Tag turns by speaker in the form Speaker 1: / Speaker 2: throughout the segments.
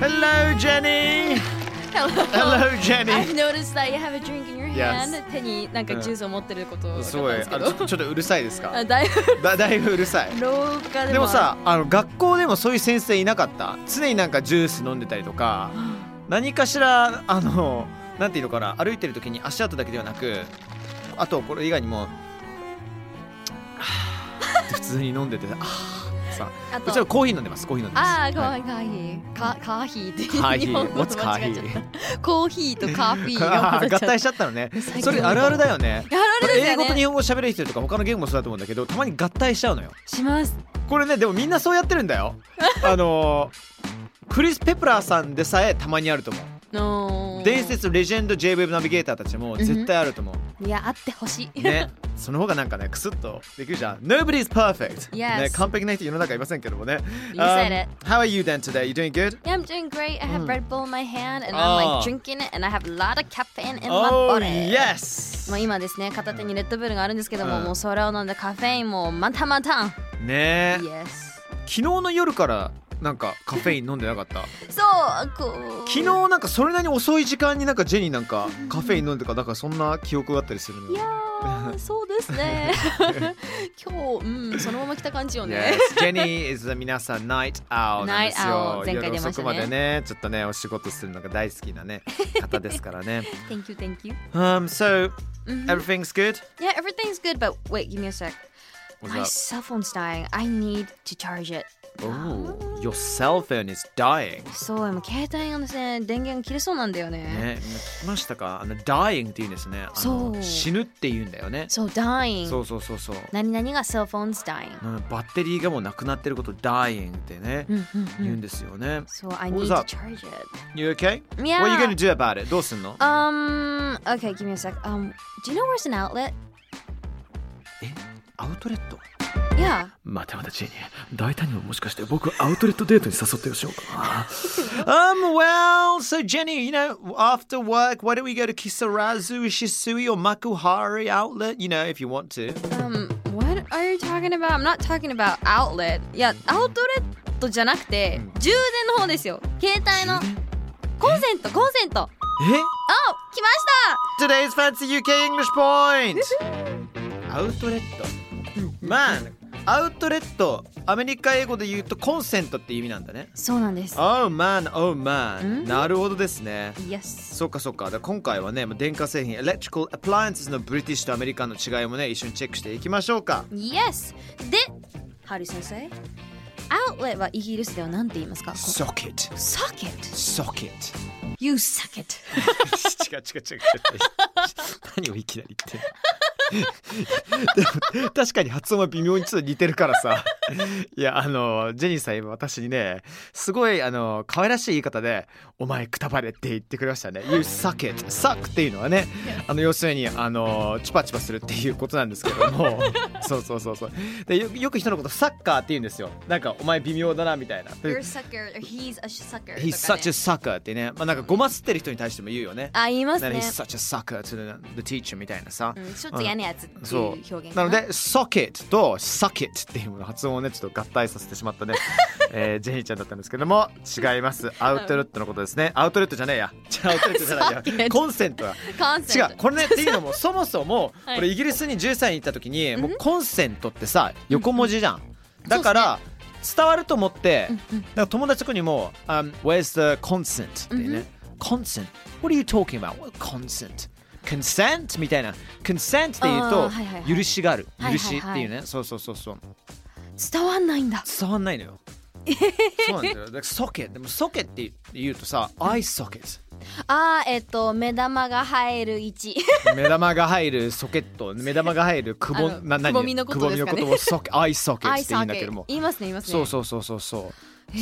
Speaker 1: Hello, Jenny.
Speaker 2: Hello.
Speaker 1: Hello, Jenny.
Speaker 2: I've noticed that you have a drink in your hand.
Speaker 1: Yes.
Speaker 2: 手になんかジュースを持ってることが分
Speaker 1: す
Speaker 2: かっ
Speaker 1: ごい
Speaker 2: たんですけ
Speaker 1: あ
Speaker 2: ど。
Speaker 1: のちょちょっとうるさいです か
Speaker 2: あだいぶ
Speaker 1: だだいぶうるさい
Speaker 2: 廊下でも。
Speaker 1: でもさあの学校でもそういう先生いなかった常になんかジュース飲んでたりとか何かしらあのなんていうのかな歩いてる時に足跡だけではなくあとこれ以外にもは ぁって普通に飲んでてあーさ
Speaker 2: あ
Speaker 1: うちは
Speaker 2: と。
Speaker 1: コーヒー飲んでますコーヒー飲んでます
Speaker 2: ああ、かわ
Speaker 1: はい
Speaker 2: いかわいい。か、カーヒーって。
Speaker 1: カーヒ
Speaker 2: 日本
Speaker 1: ー
Speaker 2: 語
Speaker 1: What's
Speaker 2: と
Speaker 1: カ
Speaker 2: 間違
Speaker 1: ー
Speaker 2: えち
Speaker 1: ヒ
Speaker 2: ゃっ
Speaker 1: ー
Speaker 2: た。コーヒーとカーフィーが
Speaker 1: あー合
Speaker 2: 混ざっちゃっ
Speaker 1: 体しちゃったのね
Speaker 2: 最近
Speaker 1: それあるあるだよね
Speaker 2: た。やられるんだ
Speaker 1: 英
Speaker 2: よ
Speaker 1: 語と
Speaker 2: ね。
Speaker 1: 日本語喋れる人とか他の言語もそうだと思うんだけどたまに合体しちゃうのよ
Speaker 2: します。
Speaker 1: これねでもみんなそうやってるんだ よあのークリス・ペプラーさんでさえたまにあると思う
Speaker 2: の
Speaker 1: 伝。説レジェンド JWEB ナビゲーターたちも絶対あると思う、
Speaker 2: いや、あって ほしい。
Speaker 1: ねその方がなんかねクスッとできるじゃん Nobody's perfect、
Speaker 2: Yes
Speaker 1: ね、完璧な人世の中いませんけどもね
Speaker 2: You said it.
Speaker 1: Um, How are you then today? You doing good?
Speaker 2: Yeah, I'm doing great. I
Speaker 1: うん
Speaker 2: have Red Bull in my hand and
Speaker 1: あー
Speaker 2: I'm like drinking it and I have a lot of caffeine in my
Speaker 1: oh
Speaker 2: body.
Speaker 1: yes
Speaker 2: まあ今ですね、片手にレッドブルがあるんですけども、
Speaker 1: うん
Speaker 2: もうそれを飲んでカフェインもまたまたん。
Speaker 1: ね
Speaker 2: Yes.
Speaker 1: 昨日の夜からなんかカフェイン飲んでなかった
Speaker 2: そう、こう。
Speaker 1: 昨日なんかそれなりに遅い時間になんかジェニーなんかカフェイン飲んでかなんかそんな記憶があったりするの
Speaker 2: いや ー、そうですね。 今日、うん、そのまま来た感じよね。
Speaker 1: Yes, Jenny is 皆さん Night Owl なん ですよ。
Speaker 2: Night owl 前回出まし
Speaker 1: 夜遅
Speaker 2: たね
Speaker 1: くまでね、ちょっとね、お仕事するのが大好きなね、方ですから ね。
Speaker 2: thank you, thank you.
Speaker 1: um, so,
Speaker 2: Mhm.
Speaker 1: everything's good?
Speaker 2: Yeah, everything's good, but wait, give me a sec.
Speaker 1: What's
Speaker 2: My
Speaker 1: up?
Speaker 2: cell phone's dying. I need to charge it.
Speaker 1: Oh, your cell phone is dying.
Speaker 2: そう、今携帯がですね、電源切れそうなんだよね。
Speaker 1: ね、今聞きましたかあの、dying って言うんですね。あの
Speaker 2: そう
Speaker 1: 死ぬって言うんだよね。
Speaker 2: そう、dying.
Speaker 1: そうそうそうそう。
Speaker 2: 何々が cell phone's dying.
Speaker 1: うんバッテリーがもうなくなってること、dying ってね、
Speaker 2: うんうんう
Speaker 1: 言うん
Speaker 2: ん。
Speaker 1: ですよね。
Speaker 2: そう、I
Speaker 1: What's
Speaker 2: need to
Speaker 1: up?
Speaker 2: charge it.
Speaker 1: You okay?
Speaker 2: Yeah.
Speaker 1: What are you gonna do about it? どうすんの
Speaker 2: Um, okay, give me a sec. Um, do you know where's an outlet?
Speaker 1: アウトレット
Speaker 2: Yeah.
Speaker 3: またまたジェニー大胆にももしかして僕をアウトレットデートに誘ってよしようかな
Speaker 1: Um, well, so Jenny, you know, after work, why don't we go to Kisarazu, Ishisui, or Makuhari outlet? You know, if you want to.
Speaker 2: Um, what are you talking about? I'm not talking about outlet. いや、アウトレットじゃなくて、充電の方ですよ。携帯の。コンセント、コンセント。
Speaker 1: え
Speaker 2: あ、来ました。
Speaker 1: ?Today's Fancy UK English Point! アウトレット。まあ、アウトレット、アメリカ英語で言うとコンセントって意味なんだね。
Speaker 2: そうなんです。
Speaker 1: Oh man, oh man.
Speaker 2: ん
Speaker 1: なるほどですね。
Speaker 2: Yes。
Speaker 1: そうかそうか。だから今回はね、まあ電化製品、Electrical Appliances のブリティッシュとアメリカンの違いもね、一緒にチェックしていきましょうか。
Speaker 2: Yes。で、ハリー先生。アウトレットはイギリスでは何て言いますか
Speaker 1: Socket,
Speaker 2: ?Socket。
Speaker 1: socket.
Speaker 2: You suck it。
Speaker 1: 違う違う違う違う何をいきなり言って でも確かに発音は微妙にちょっと似てるからさいやあのジェニーさん今私にねすごいあの可愛らしい言い方で「お前くたばれ」って言ってくれましたね「You suck it」「suck」っていうのはねあの要するにあのチュパチュパするっていうことなんですけど もそうそうそうそうでよよく人のこと「サッカー」って言うんですよなんか「お前微妙だな」みたいな「
Speaker 2: You're a sucker. or He's a sucker.
Speaker 1: He's
Speaker 2: と
Speaker 1: such
Speaker 2: か
Speaker 1: a
Speaker 2: ね
Speaker 1: sucker」ってねまあなんかごま吸ってる人に対しても言うよね
Speaker 2: あ、言います
Speaker 1: な
Speaker 2: ね
Speaker 1: He's。such a sucker to the, the teacher みたいなさ
Speaker 2: う。んちょっと嫌なやつっていう
Speaker 1: そ
Speaker 2: 表現
Speaker 1: うな
Speaker 2: か
Speaker 1: ので socket と sucket っていうもの発音をねちょっと合体させてしまったねえージェニーちゃんだったんですけども違いますアウトレットのことですねアウトレットじゃねえやじゃあアウトレットじゃない
Speaker 2: サーキ
Speaker 1: や
Speaker 2: ット
Speaker 1: コンセントだ
Speaker 2: コン
Speaker 1: 違
Speaker 2: セ ン
Speaker 1: うこれねっていうのもそもそも
Speaker 2: はい
Speaker 1: 俺イギリスに10歳に行った時に
Speaker 2: ん
Speaker 1: もうコンセントってさ横文字じゃんだから伝わると思って
Speaker 2: うんうん
Speaker 1: だから友達とかにも「um, Where's the consent?」って
Speaker 2: うんう
Speaker 1: ね
Speaker 2: ん
Speaker 1: 「consent? What are you talking about? What consent?」consent みたいな consent って言う
Speaker 2: あー
Speaker 1: と
Speaker 2: はいはいはい
Speaker 1: 許しがある
Speaker 2: はいはいはい
Speaker 1: 許しっていうねそうそうそうそう
Speaker 2: 伝わんないんだ
Speaker 1: 伝わんないの よそうなんだよだからソケでもソケって言うとさ eye socket
Speaker 2: あーえっと目玉が入る位置
Speaker 1: 目玉が入るソケット目玉が入るくぼ
Speaker 2: あの
Speaker 1: な何
Speaker 2: くぼみのことですか
Speaker 1: くぼ
Speaker 2: ね
Speaker 1: みのことをソ ケアイソケって言うんだけども
Speaker 2: 言いますね言いますね
Speaker 1: そうそうそうそうそう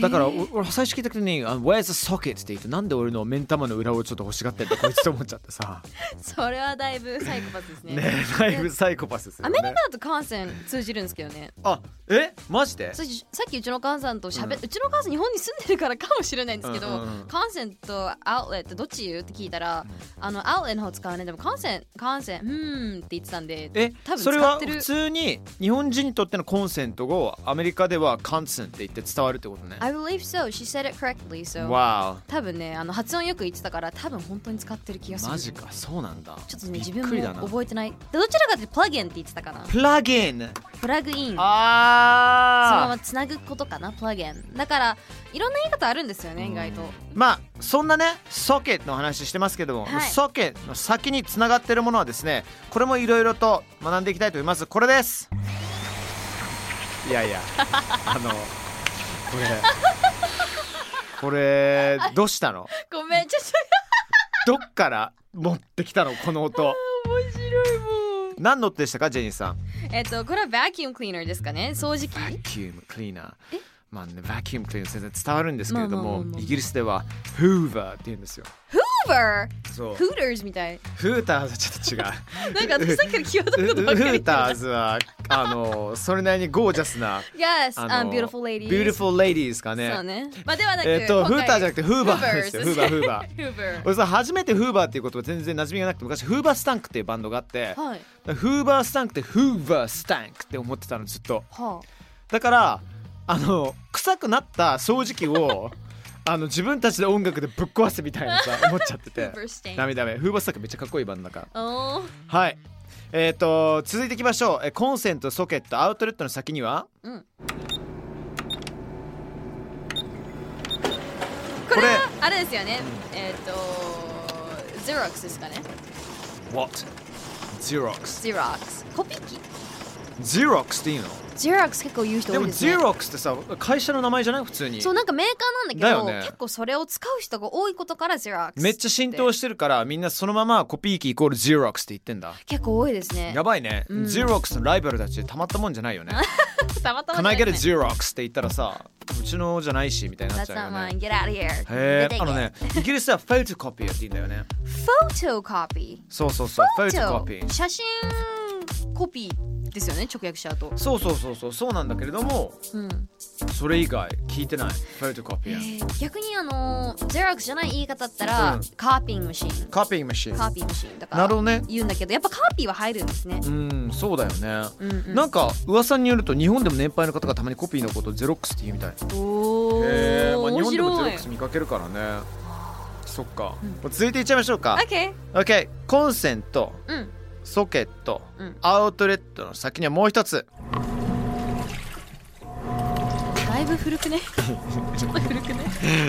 Speaker 1: だからお俺最初聞いた時に「あ Where's the socket?」って言ってなんで俺の目ん玉の裏をちょっと欲しがってんだこいつと思っちゃってさ
Speaker 2: それはだいぶサイコパスですね
Speaker 1: ねだいぶサイコパスですよ
Speaker 2: アメリカ
Speaker 1: ね
Speaker 2: だと感染通じるんですけどね
Speaker 1: あえマジで
Speaker 2: そしさっきうちのお母さんとしゃべ、
Speaker 1: う
Speaker 2: うちのお母さん日本に住んでるからかもしれないんですけど、
Speaker 1: うんうんうん
Speaker 2: 感染とアウトレってどっち言うって聞いたら、あのアウトレの方使うねでも感染感染うーんって言ってたんで
Speaker 1: え
Speaker 2: 多分
Speaker 1: それ
Speaker 2: 使
Speaker 1: は
Speaker 2: ってる
Speaker 1: 普通に日本人にとってのコンセントをアメリカではカンセンって言って伝わるってことね
Speaker 2: I believe so she said it correctly so
Speaker 1: わ
Speaker 2: 多分ねあの発音よく言ってたから多分本当に使ってる気がす
Speaker 1: お
Speaker 2: る
Speaker 1: マジかそうなんだ
Speaker 2: ちょっとね
Speaker 1: び
Speaker 2: 自
Speaker 1: っ
Speaker 2: 分
Speaker 1: くりだな
Speaker 2: も覚えてないでどちらかというとプラグインって言ってたかな
Speaker 1: プラグイン
Speaker 2: プラグインそのま
Speaker 1: ああ
Speaker 2: まつなぐことかなプラグインだからいろんな言い方あるんですよね意外と
Speaker 1: まあそんなねソケットの話してますけども、
Speaker 2: はい
Speaker 1: ソケットの先につながってるものはですねこれもいろいろと学んでいきたいと思いますこれですい やいやあのこれこれどうしたの
Speaker 2: ごめんちょっと
Speaker 1: どっから持ってきたのこの音
Speaker 2: 面白いもう
Speaker 1: 何の音でしたかジェニーさん
Speaker 2: えっとこれはバキュームクリーナーですかね掃除機
Speaker 1: バキュームクリーナーまあねバキュームクリーナー全然伝わるんですけれど
Speaker 2: まあまあ
Speaker 1: も
Speaker 2: まあまあ
Speaker 1: イギリスではフーバーって言うんですよ
Speaker 2: フーバ
Speaker 1: そう
Speaker 2: ーフーターズみたい
Speaker 1: フーターズはちょっと違う
Speaker 2: なんか私さっきから際
Speaker 1: ウ
Speaker 2: どいこと
Speaker 1: ウ
Speaker 2: ばっか
Speaker 1: ー
Speaker 2: り言って
Speaker 1: ター
Speaker 2: た
Speaker 1: ズはあのそれなりにゴージャスな
Speaker 2: Yes,
Speaker 1: あ
Speaker 2: um,
Speaker 1: の
Speaker 2: beautiful ladies
Speaker 1: beautiful ladies かね
Speaker 2: そうねまあではなく
Speaker 1: えっと
Speaker 2: 今
Speaker 1: フ
Speaker 2: 回
Speaker 1: ーターじゃなくてフーバーですよフーバーフーバー
Speaker 2: フーバー
Speaker 1: 俺さ初めてフーバーっていう言葉全然馴染みがなくて昔フーバースタンクっていうバンドがあって
Speaker 2: はい
Speaker 1: フーバースタンクってフーバースタンクって思ってたのずっと
Speaker 2: は
Speaker 1: だからあの臭くなった掃除機 をあの自分たちで音楽でぶっ壊すみたいなさ思っちゃって
Speaker 2: あ
Speaker 1: て
Speaker 2: フーバーステイ
Speaker 1: ダメダメフーバースタンクめっちゃかっこいいバンドだから
Speaker 2: おー
Speaker 1: はい。えっ、と続いていきましょう。えーコンセント、ソケット、アウトレットの先には、
Speaker 2: うん
Speaker 1: こ
Speaker 2: こ
Speaker 1: れ
Speaker 2: れはあれですよねえっとゼロックスですかね
Speaker 1: What? Xerox。
Speaker 2: ゼロックスコピー機
Speaker 1: Xerox っていいの？
Speaker 2: ゼロックス結構言う人
Speaker 1: で
Speaker 2: 多
Speaker 1: も
Speaker 2: いですね
Speaker 1: Xerox ってさ会社の名前じゃない普通に。
Speaker 2: そうなんかメーカー
Speaker 1: だ
Speaker 2: な
Speaker 1: よ
Speaker 2: んだけど
Speaker 1: ね
Speaker 2: 結構それを使う人が多いことからゼロックス
Speaker 1: めっちゃ浸透してるからみんなそのままコピー機イコール Xerox って言ってんだ。
Speaker 2: 結構多いですね
Speaker 1: やばいね。
Speaker 2: うん
Speaker 1: Xerox のライバルたちでたまったもんじゃない よね。
Speaker 2: たまた
Speaker 1: Can
Speaker 2: ま
Speaker 1: I
Speaker 2: じ
Speaker 1: get
Speaker 2: ゃな
Speaker 1: a
Speaker 2: い
Speaker 1: Xerox って言ったらさうちのじゃないしみたいになっ
Speaker 2: That's
Speaker 1: ちゃ
Speaker 2: not
Speaker 1: うよ
Speaker 2: mine.
Speaker 1: ね。
Speaker 2: Get out
Speaker 1: へ
Speaker 2: of here. 出
Speaker 1: え
Speaker 2: て
Speaker 1: あ
Speaker 2: け
Speaker 1: のねイギリスでは Photocopier って言うんだよね。
Speaker 2: Photocopy.
Speaker 1: そうそうそう Photocopy
Speaker 2: Photo。写真コピーですよね、直訳しちゃうと。
Speaker 1: そうそうそうそうそうなんだけれども
Speaker 2: うん、
Speaker 1: それ以外聞いてないフェルトコピ
Speaker 2: え
Speaker 1: ー
Speaker 2: ー逆にあのー、ゼロックスじゃない言い方だったら、
Speaker 1: うん
Speaker 2: カーピングマシーン。
Speaker 1: カピーマシン
Speaker 2: カーピングマシーンだか
Speaker 1: なるほ
Speaker 2: ら
Speaker 1: どね
Speaker 2: 言うんだけど、やっぱカーピーは入るんですね。
Speaker 1: うんそうだよね、
Speaker 2: うんうん、
Speaker 1: なんか噂によると日本でも年配の方がたまにコピーのことをゼロックスって言うみたい
Speaker 2: おお、
Speaker 1: へーまあ、日
Speaker 2: 面
Speaker 1: 本でもゼロッ
Speaker 2: 白い
Speaker 1: ク。ス見かけるからねそっか、もう続いていっちゃいましょうか
Speaker 2: OK。
Speaker 1: OK コンセント
Speaker 2: うん。
Speaker 1: ソケット、
Speaker 2: うん
Speaker 1: アウトレットの先にはもう一つ
Speaker 2: だいぶ古くね。ちょっと古くね。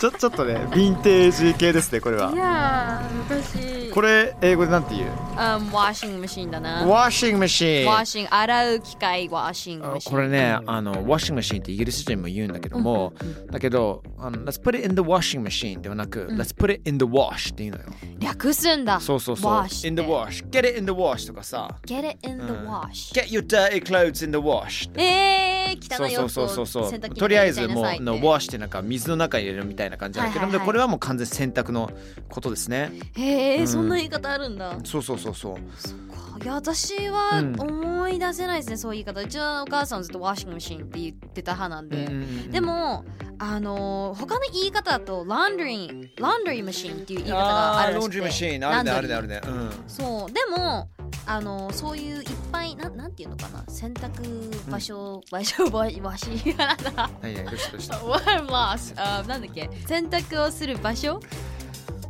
Speaker 1: ちょちょっとねヴィンテージ系ですねこれ
Speaker 2: い
Speaker 1: は
Speaker 2: やー、昔。
Speaker 1: これ英語でなんて言う
Speaker 2: うん、ワーシングマシーンだな。
Speaker 1: ワーシングマシーン
Speaker 2: ワーシング、洗う機械、ワーシング
Speaker 1: あ
Speaker 2: マシーン。
Speaker 1: これね、あの、ワッシングマシーンってイギリス人も言うんだけども、だけど、あの、Let's put it in the washing machine ではなく、Let's put it in the wash っていうのよ。
Speaker 2: 略すんだ。
Speaker 1: そうそうそう。
Speaker 2: wash って
Speaker 1: in the wash。Get it in the wash とかさ、
Speaker 2: Get it in the wash.
Speaker 1: Get your dirty clothes in the wash って。
Speaker 2: えー、
Speaker 1: そ
Speaker 2: 汚
Speaker 1: う
Speaker 2: い
Speaker 1: そう
Speaker 2: 洋服
Speaker 1: そう
Speaker 2: を
Speaker 1: そう
Speaker 2: 洗
Speaker 1: そう
Speaker 2: 濯機に
Speaker 1: とりあえず
Speaker 2: 入れちゃい
Speaker 1: もう
Speaker 2: なさいって
Speaker 1: の wash ってなんか水の中に入れるみたいな感じなんだけど、
Speaker 2: はいはいはい
Speaker 1: でこれはもう完全洗濯のことですね
Speaker 2: へえ、そんな言い方あるんだ。
Speaker 1: そうそうそうそう
Speaker 2: そっか。いや、私は
Speaker 1: うん
Speaker 2: 思い出せないですね、そういう言い方。うちのお母さんはずっとワーシングマシーンって言ってた派なんで。でも、あのー、他の言い方だと、ランドリー、ランドリーマシーンっていう言い方があるらしくて
Speaker 1: ロンジーマシーンあるねあるねある
Speaker 2: ね。
Speaker 1: ねうん
Speaker 2: そう、でも、あのそういういっぱいなんなんていうのかな洗濯場所、場所場場所やなんだ
Speaker 1: 何々どうしたどうした
Speaker 2: What lost あなんだっけ洗濯をする場所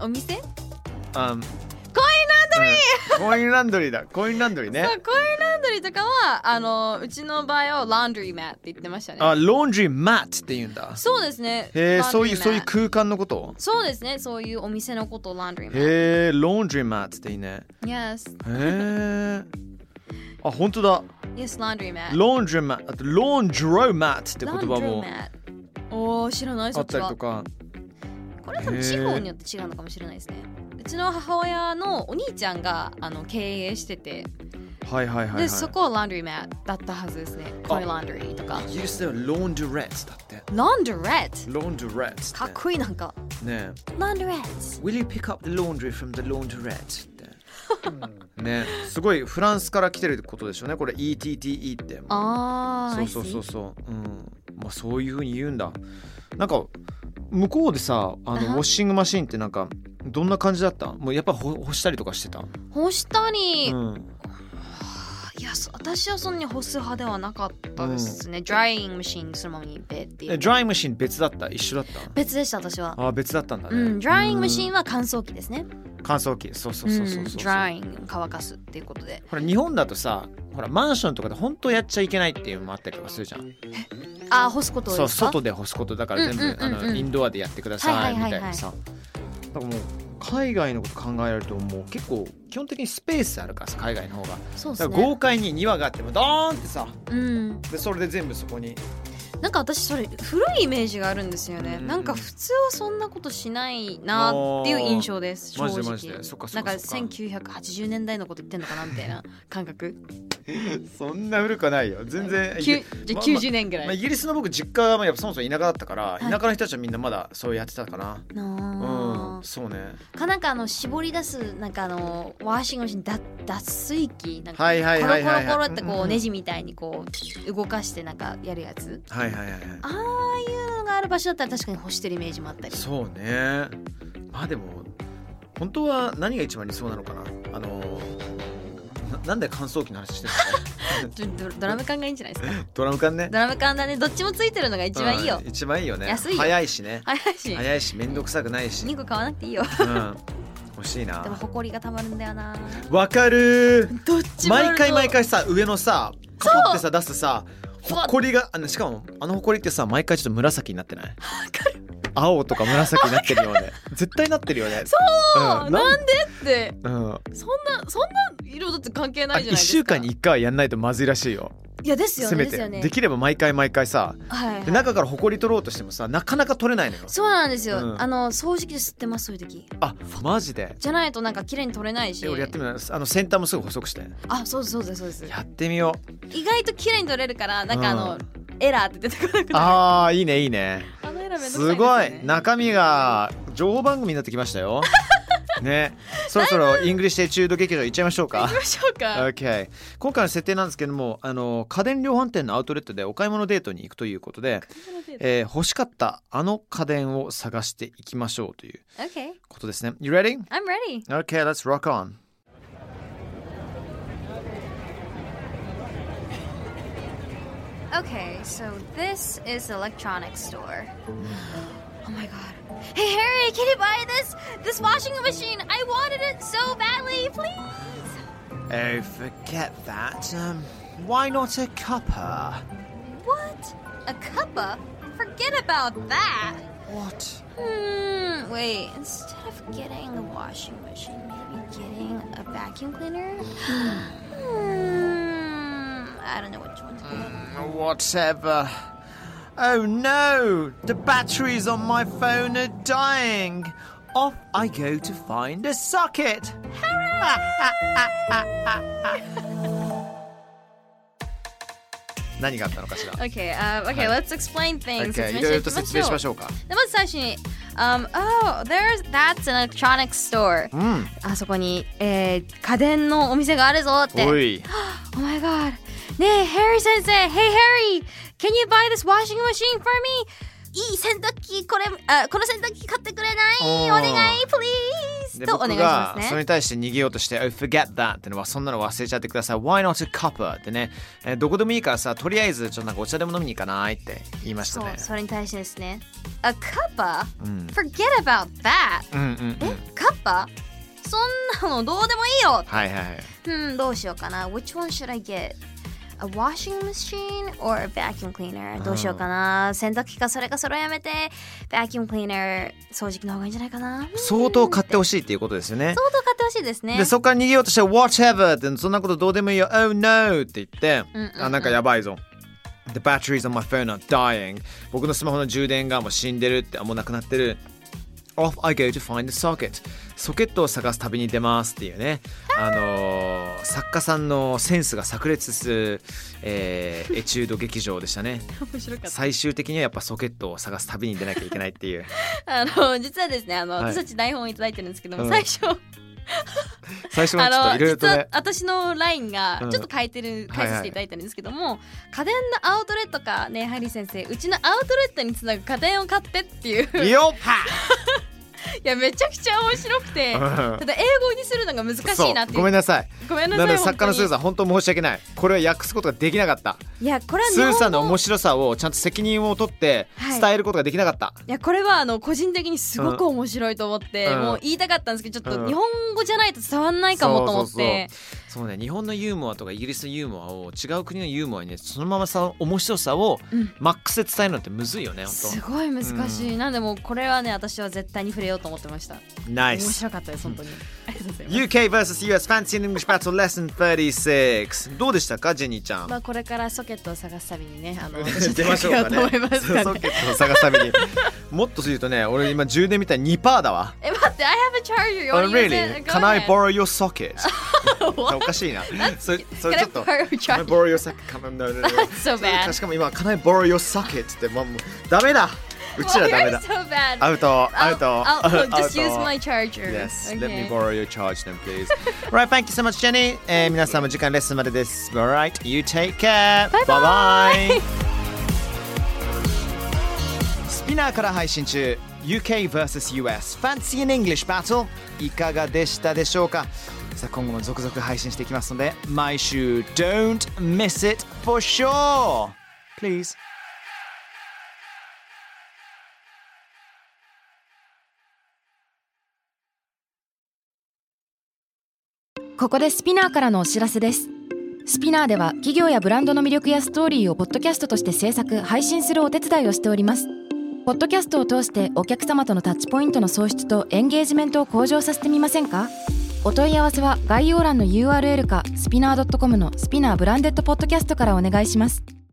Speaker 2: お店、
Speaker 1: Um, コインランドリー、コインランドリーだコインランドリーね
Speaker 2: そうコインランドリーとかはあのうちの場合はランドリーマットって言ってましたね
Speaker 1: あロンドリーマットって言うんだ
Speaker 2: そうですね
Speaker 1: へえ
Speaker 2: laundry
Speaker 1: そういう
Speaker 2: mat
Speaker 1: そういう空間のこと
Speaker 2: そうですねそういうお店のことをランドリーマッ
Speaker 1: へえロンドリーマットっていいね
Speaker 2: ト Yes
Speaker 1: へえあ本当だ
Speaker 2: Yes ランドリーマット
Speaker 1: ロンドリーマットあとロンジローマットって言葉も
Speaker 2: おおー知らない
Speaker 1: あ
Speaker 2: そ
Speaker 1: っ
Speaker 2: っち
Speaker 1: たり
Speaker 2: は
Speaker 1: とか
Speaker 2: これは多分地方によって違うのかもしれないですねうちの母親のお兄ちゃんがあの経営してて
Speaker 1: はいはいはい、はい、
Speaker 2: でそこはランドリーマットだったはずですねコインランドリーとか
Speaker 1: イギリスではロンドレッツだって
Speaker 2: ランドレット
Speaker 1: ロンドレッツ
Speaker 2: かっこいいなんか
Speaker 1: いいね
Speaker 2: ランドレッ
Speaker 1: Will you pick up the laundry from the laundrette? ってねすごいフランスから来てることでしょうねこれ ETTE って
Speaker 2: トあ
Speaker 1: そ
Speaker 2: あ
Speaker 1: うそうそうそううんまあそういうふうに言うんだなんか向こうでさあの
Speaker 2: あ
Speaker 1: ウ
Speaker 2: は
Speaker 1: ォッシングマシンってなんかどんな感じだったもうやっぱほ干したりとかしてた、
Speaker 2: 干したり、
Speaker 1: うん、
Speaker 2: いやそ私はそんなに干す派ではなかったですね、ドライイングマシンそのままにベッて
Speaker 1: えドライマシン別だった一緒だった
Speaker 2: 別でした私は
Speaker 1: あ別だったんだね、
Speaker 2: うん、ドライイングマシン
Speaker 1: ン
Speaker 2: は乾燥機ですね。
Speaker 1: 乾燥機そうそうそうそうそう、
Speaker 2: ドライング乾かすっていうことで。
Speaker 1: ほら日本だとさほらマンションとかで本当やっちゃいけないっていうのもあったりとかするじゃん
Speaker 2: あー、干すことです
Speaker 1: そう
Speaker 2: か
Speaker 1: 外で干すことだから全部、
Speaker 2: うんうんうんうん
Speaker 1: あのインドアでやってくださ
Speaker 2: はい
Speaker 1: い
Speaker 2: はい
Speaker 1: み
Speaker 2: は
Speaker 1: た
Speaker 2: いは
Speaker 1: い
Speaker 2: い
Speaker 1: なさ、だからもう海外のこと考えられるともう結構基本的にスペースあるからさ海外の方が、
Speaker 2: そうで
Speaker 1: だ
Speaker 2: す
Speaker 1: から
Speaker 2: ね。
Speaker 1: 豪快に庭があってもドーンってさ
Speaker 2: うん。
Speaker 1: でそれで全部そこに
Speaker 2: なんか私それ古いイメージがあるんですよね。
Speaker 1: うん
Speaker 2: なんか普通はそんなことしないなっていう印象です。正
Speaker 1: マジ
Speaker 2: 直
Speaker 1: でマジでそっかそ
Speaker 2: な
Speaker 1: っ
Speaker 2: んか
Speaker 1: かそっか
Speaker 2: 1980年代のこと言ってんのかなみたいな感覚。
Speaker 1: そんな古くはないよ全然、
Speaker 2: きゅじゃ
Speaker 1: ま
Speaker 2: あ
Speaker 1: あ
Speaker 2: 90年ぐら
Speaker 1: まあ、イ
Speaker 2: い。
Speaker 1: ギリスの僕実家はやっぱそもそも田舎だったから、
Speaker 2: い
Speaker 1: 田舎の人たちはみんなまだそうやってたかな
Speaker 2: な
Speaker 1: うんそうね
Speaker 2: あかなんかあの絞り出すなんかあのワーシングマシンだ脱水機なんか
Speaker 1: はいはい
Speaker 2: コ
Speaker 1: は
Speaker 2: ロ
Speaker 1: い
Speaker 2: コ
Speaker 1: は
Speaker 2: ロ
Speaker 1: い
Speaker 2: コロって
Speaker 1: ん
Speaker 2: こ
Speaker 1: ん
Speaker 2: うんネジみたいにこう動かしてなんかやるやつ
Speaker 1: はいはいはいはい
Speaker 2: ああいうのがある場所だったら確かに干してるイメージもあ ったり
Speaker 1: そうねまあでも本当は何が一番理想なのかなあのななんで乾燥機の話してる の
Speaker 2: ドドドラム缶がいいんじゃないですか
Speaker 1: ドラム缶ね
Speaker 2: ドラム缶だねどっちもついてるのが一番いいよ
Speaker 1: うん一番いいよね
Speaker 2: 安いよ
Speaker 1: 早いしね
Speaker 2: 早いし
Speaker 1: 早いし面倒くさくないし、
Speaker 2: 2個買わなくていいよ
Speaker 1: うん、欲しい
Speaker 2: でも
Speaker 1: な
Speaker 2: ホコリがたまるんだよな
Speaker 1: わかるー
Speaker 2: どっちもある
Speaker 1: 毎
Speaker 2: と
Speaker 1: 回毎回さ上のさカポってさ出すさ
Speaker 2: ふ
Speaker 1: ほ
Speaker 2: わっ
Speaker 1: こりがあのしかもあのほこりってさ毎回ちょっと紫になってない青とか紫になってるよね絶対なってるよね
Speaker 2: そう、
Speaker 1: うん
Speaker 2: なんでって
Speaker 1: うん、
Speaker 2: そんなそんな色だって関係ないじゃ
Speaker 1: あ
Speaker 2: ない
Speaker 1: 一
Speaker 2: ですか
Speaker 1: 週間に一回はやんないとまずいらしいよ
Speaker 2: いやですよ
Speaker 1: せ
Speaker 2: ね
Speaker 1: め
Speaker 2: です
Speaker 1: て
Speaker 2: よね
Speaker 1: できれば毎回毎回さ
Speaker 2: は
Speaker 1: で
Speaker 2: い、はい、
Speaker 1: 中からほこり取ろうとしてもさなかなか取れないのよ
Speaker 2: そうなんですよ、
Speaker 1: うん
Speaker 2: あの掃除機で吸ってますそういう時
Speaker 1: あマジで
Speaker 2: じゃないとなんか綺麗に取れないし
Speaker 1: え俺やってみるあの先端もすぐ細くして
Speaker 2: あそうですそうですそうです
Speaker 1: やってみよう
Speaker 2: 意外と綺麗に取れるからなんかあの、
Speaker 1: う
Speaker 2: エラーって出てこなくなる
Speaker 1: あーいいねいいね
Speaker 2: あのエラーめんどくさ
Speaker 1: すご
Speaker 2: ですよ
Speaker 1: い
Speaker 2: ね
Speaker 1: 中身が情報番組になってきました よねそろそろイングリッシュエチュード劇場行っちゃいましょうか
Speaker 2: 行きましょう か
Speaker 1: OK 今回の設定なんですけどもあの家電量販店のアウトレットでお買い物デートに行くということで、えー欲しかったあの家電を探していきましょうという
Speaker 2: OK
Speaker 1: ことですね You ready?
Speaker 2: I'm ready
Speaker 1: Okay, let's rock on.
Speaker 2: Okay so this is electronics store Oh my god Hey Harry can you buy this This washing machine I wanted it so badly please
Speaker 1: Oh, forget that. Um, why not a cuppa?
Speaker 2: What a cuppa Forget about that
Speaker 1: What?
Speaker 2: Hmm wait instead of getting a washing machine maybe getting a vacuum cleaner Hmm I don't know which one to get
Speaker 1: Whatever. Oh no, the batteries on my phone are dying. Off I go to find a socket. 何があったのかしら
Speaker 2: Okay, uh, okay, let's explain things.
Speaker 1: Okay, いろいろと説明しましょうか。
Speaker 2: でまず最初に、um, oh, there's that's an electronics store.
Speaker 1: うん。
Speaker 2: あそこに、えー、家電のお店があるぞって。
Speaker 1: おい。
Speaker 2: Oh my god. ねえ、ヘリー先生、Hey Harry, can you buy this washing machine for me? いい洗濯機これ、あこの洗濯機買ってくれない
Speaker 1: おー
Speaker 2: お願い please です。とお願いし
Speaker 1: が
Speaker 2: ます
Speaker 1: それ
Speaker 2: ね。
Speaker 1: に対して逃げようとして「Oh, forget that」ってのはそんなの忘れちゃってください「Why not a cuppa?」ってね、えーどこでもいいからさとりあえずちょっとなんかお茶でも飲みに行かないって言いました
Speaker 2: そう
Speaker 1: ね、
Speaker 2: それに対してですね。A cuppa?
Speaker 1: うん、
Speaker 2: Forget about that!
Speaker 1: うんうんうん
Speaker 2: カッパそんなのどうでもいいよ
Speaker 1: はいはいはい
Speaker 2: うん、どうしようかな Which one should I get? A washing machine or a vacuum cleaner? どうしようかな洗濯機かそれかそれはやめて Vacuum cleaner 掃除機の方がいいんじゃないかな
Speaker 1: 相当買って
Speaker 2: ほしい
Speaker 1: ほしいっていうことですよね
Speaker 2: 相当買ってほしいですね
Speaker 1: でそこから逃げようとして「whatever」ってそんなことどうでもいいよ「oh no」って言って、
Speaker 2: うんうんうん
Speaker 1: あなんかやばいぞ The batteries on my phone are dying 僕のスマホの充電がもう死んでるってあもうなくなってる Off I go to find the socket ソケットを探す旅に出ますっていうねあのー作家さんのセンスが炸裂する、えーエチュード劇場でしたね
Speaker 2: 面白かった
Speaker 1: 最終的にはやっぱソケットを探す旅に出なきゃいけないって いう
Speaker 2: あの実はですねあの、
Speaker 1: はい
Speaker 2: 私たち台本をいただいてるんですけども、
Speaker 1: うん
Speaker 2: 最初
Speaker 1: 最初はちょっと
Speaker 2: あの
Speaker 1: いろいろと
Speaker 2: 実は
Speaker 1: ね
Speaker 2: 私のラインが
Speaker 1: うん
Speaker 2: ちょっと変えてる、
Speaker 1: はいはい
Speaker 2: 変えさせていただいたんですけども、家電のアウトレットかねハリー先生うちのアウトレットにつなぐ家電を買ってってい
Speaker 1: 「
Speaker 2: うい
Speaker 1: よっ!
Speaker 2: やめちゃくちゃ面白くて、
Speaker 1: うん
Speaker 2: ただ英語にするのが難」しいなっていう
Speaker 1: ごめんなさい
Speaker 2: ごめんな
Speaker 1: な
Speaker 2: さ
Speaker 1: の
Speaker 2: い
Speaker 1: で作家のスー
Speaker 2: 本当
Speaker 1: さん本当申し訳ないこれは訳すことができなかった
Speaker 2: にいやこれは日
Speaker 1: ス
Speaker 2: 本
Speaker 1: ー
Speaker 2: 語
Speaker 1: さんの面白さをちゃんと責任を取って
Speaker 2: はい
Speaker 1: 伝えることができなかった、
Speaker 2: いやこれはあの個人的にすごく面白いと思って、
Speaker 1: うん
Speaker 2: もう言いたかったんですけどちょっ
Speaker 1: うん
Speaker 2: と日本語じゃないと伝わんないかもと思って、
Speaker 1: そうそうそうね日本のユーモアとかイギリスのユーモアを違う国のユーモアにねそのままさ面白さを
Speaker 2: うん
Speaker 1: マックスで伝えるのってむずいよね
Speaker 2: す
Speaker 1: 本
Speaker 2: ごい難しい、なんでもうこれはね私は絶対に触れようと思ってました
Speaker 1: 当ナイ
Speaker 2: 面
Speaker 1: ス
Speaker 2: 白かったです本当に、ありがとうございます
Speaker 1: UK vs US Fancy and English Battle Lesson 36どうでしたかジェニーちゃん
Speaker 2: まあこれからソケットを探すたびにね、 あの
Speaker 1: 出ましょうかね
Speaker 2: と思いますか
Speaker 1: ソ
Speaker 2: ね。
Speaker 1: ケットを探すためにもっとするとね俺今充電みたいに2%だわ
Speaker 2: え待って、I have a charger. You
Speaker 1: Oh,
Speaker 2: wanna use
Speaker 1: really?
Speaker 2: it? Go
Speaker 1: Can I
Speaker 2: ahead.
Speaker 1: borrow your socket? お
Speaker 2: What?
Speaker 1: かしいな。それそ
Speaker 2: Can
Speaker 1: れ
Speaker 2: I
Speaker 1: ちょっと。
Speaker 2: borrow your
Speaker 1: Can I
Speaker 2: charger?
Speaker 1: borrow your socket? Come on, no, no, no.
Speaker 2: So bad.
Speaker 1: しかも今、Can I borrow your socket? って、まあ、もうダメだ。 うちらダメ
Speaker 2: You're
Speaker 1: だ。
Speaker 2: so bad.
Speaker 1: アウト、アウ
Speaker 2: I'll,
Speaker 1: ト。
Speaker 2: I'll, I'll
Speaker 1: アウ
Speaker 2: just
Speaker 1: ト
Speaker 2: use my charger.
Speaker 1: Yes,
Speaker 2: Okay.
Speaker 1: let me borrow your charge then, please. right, thank you so much, Jenny. Eh, えー皆さんも時間レッスンまでです。Alright, you take care. Bye bye. スピナーから配信中 UK vs.US Fancy in English Battle いかがでしたでしょうかさあ今後も続々配信していきますので毎週 Don't miss it for sure! Please!
Speaker 4: Spotify ここでスピナーからのお知らせですスピナーでは企業やブランドの魅力やストーリーをポッドキャストとして制作配信するお手伝いをしておりますポッドキャストを通してお客様とのタッチポイントの創出とエンゲージメントを向上させてみませんかお問い合わせは概要欄の URL かスピナー .com のスピナーブランデッドポッドキャストからお願いします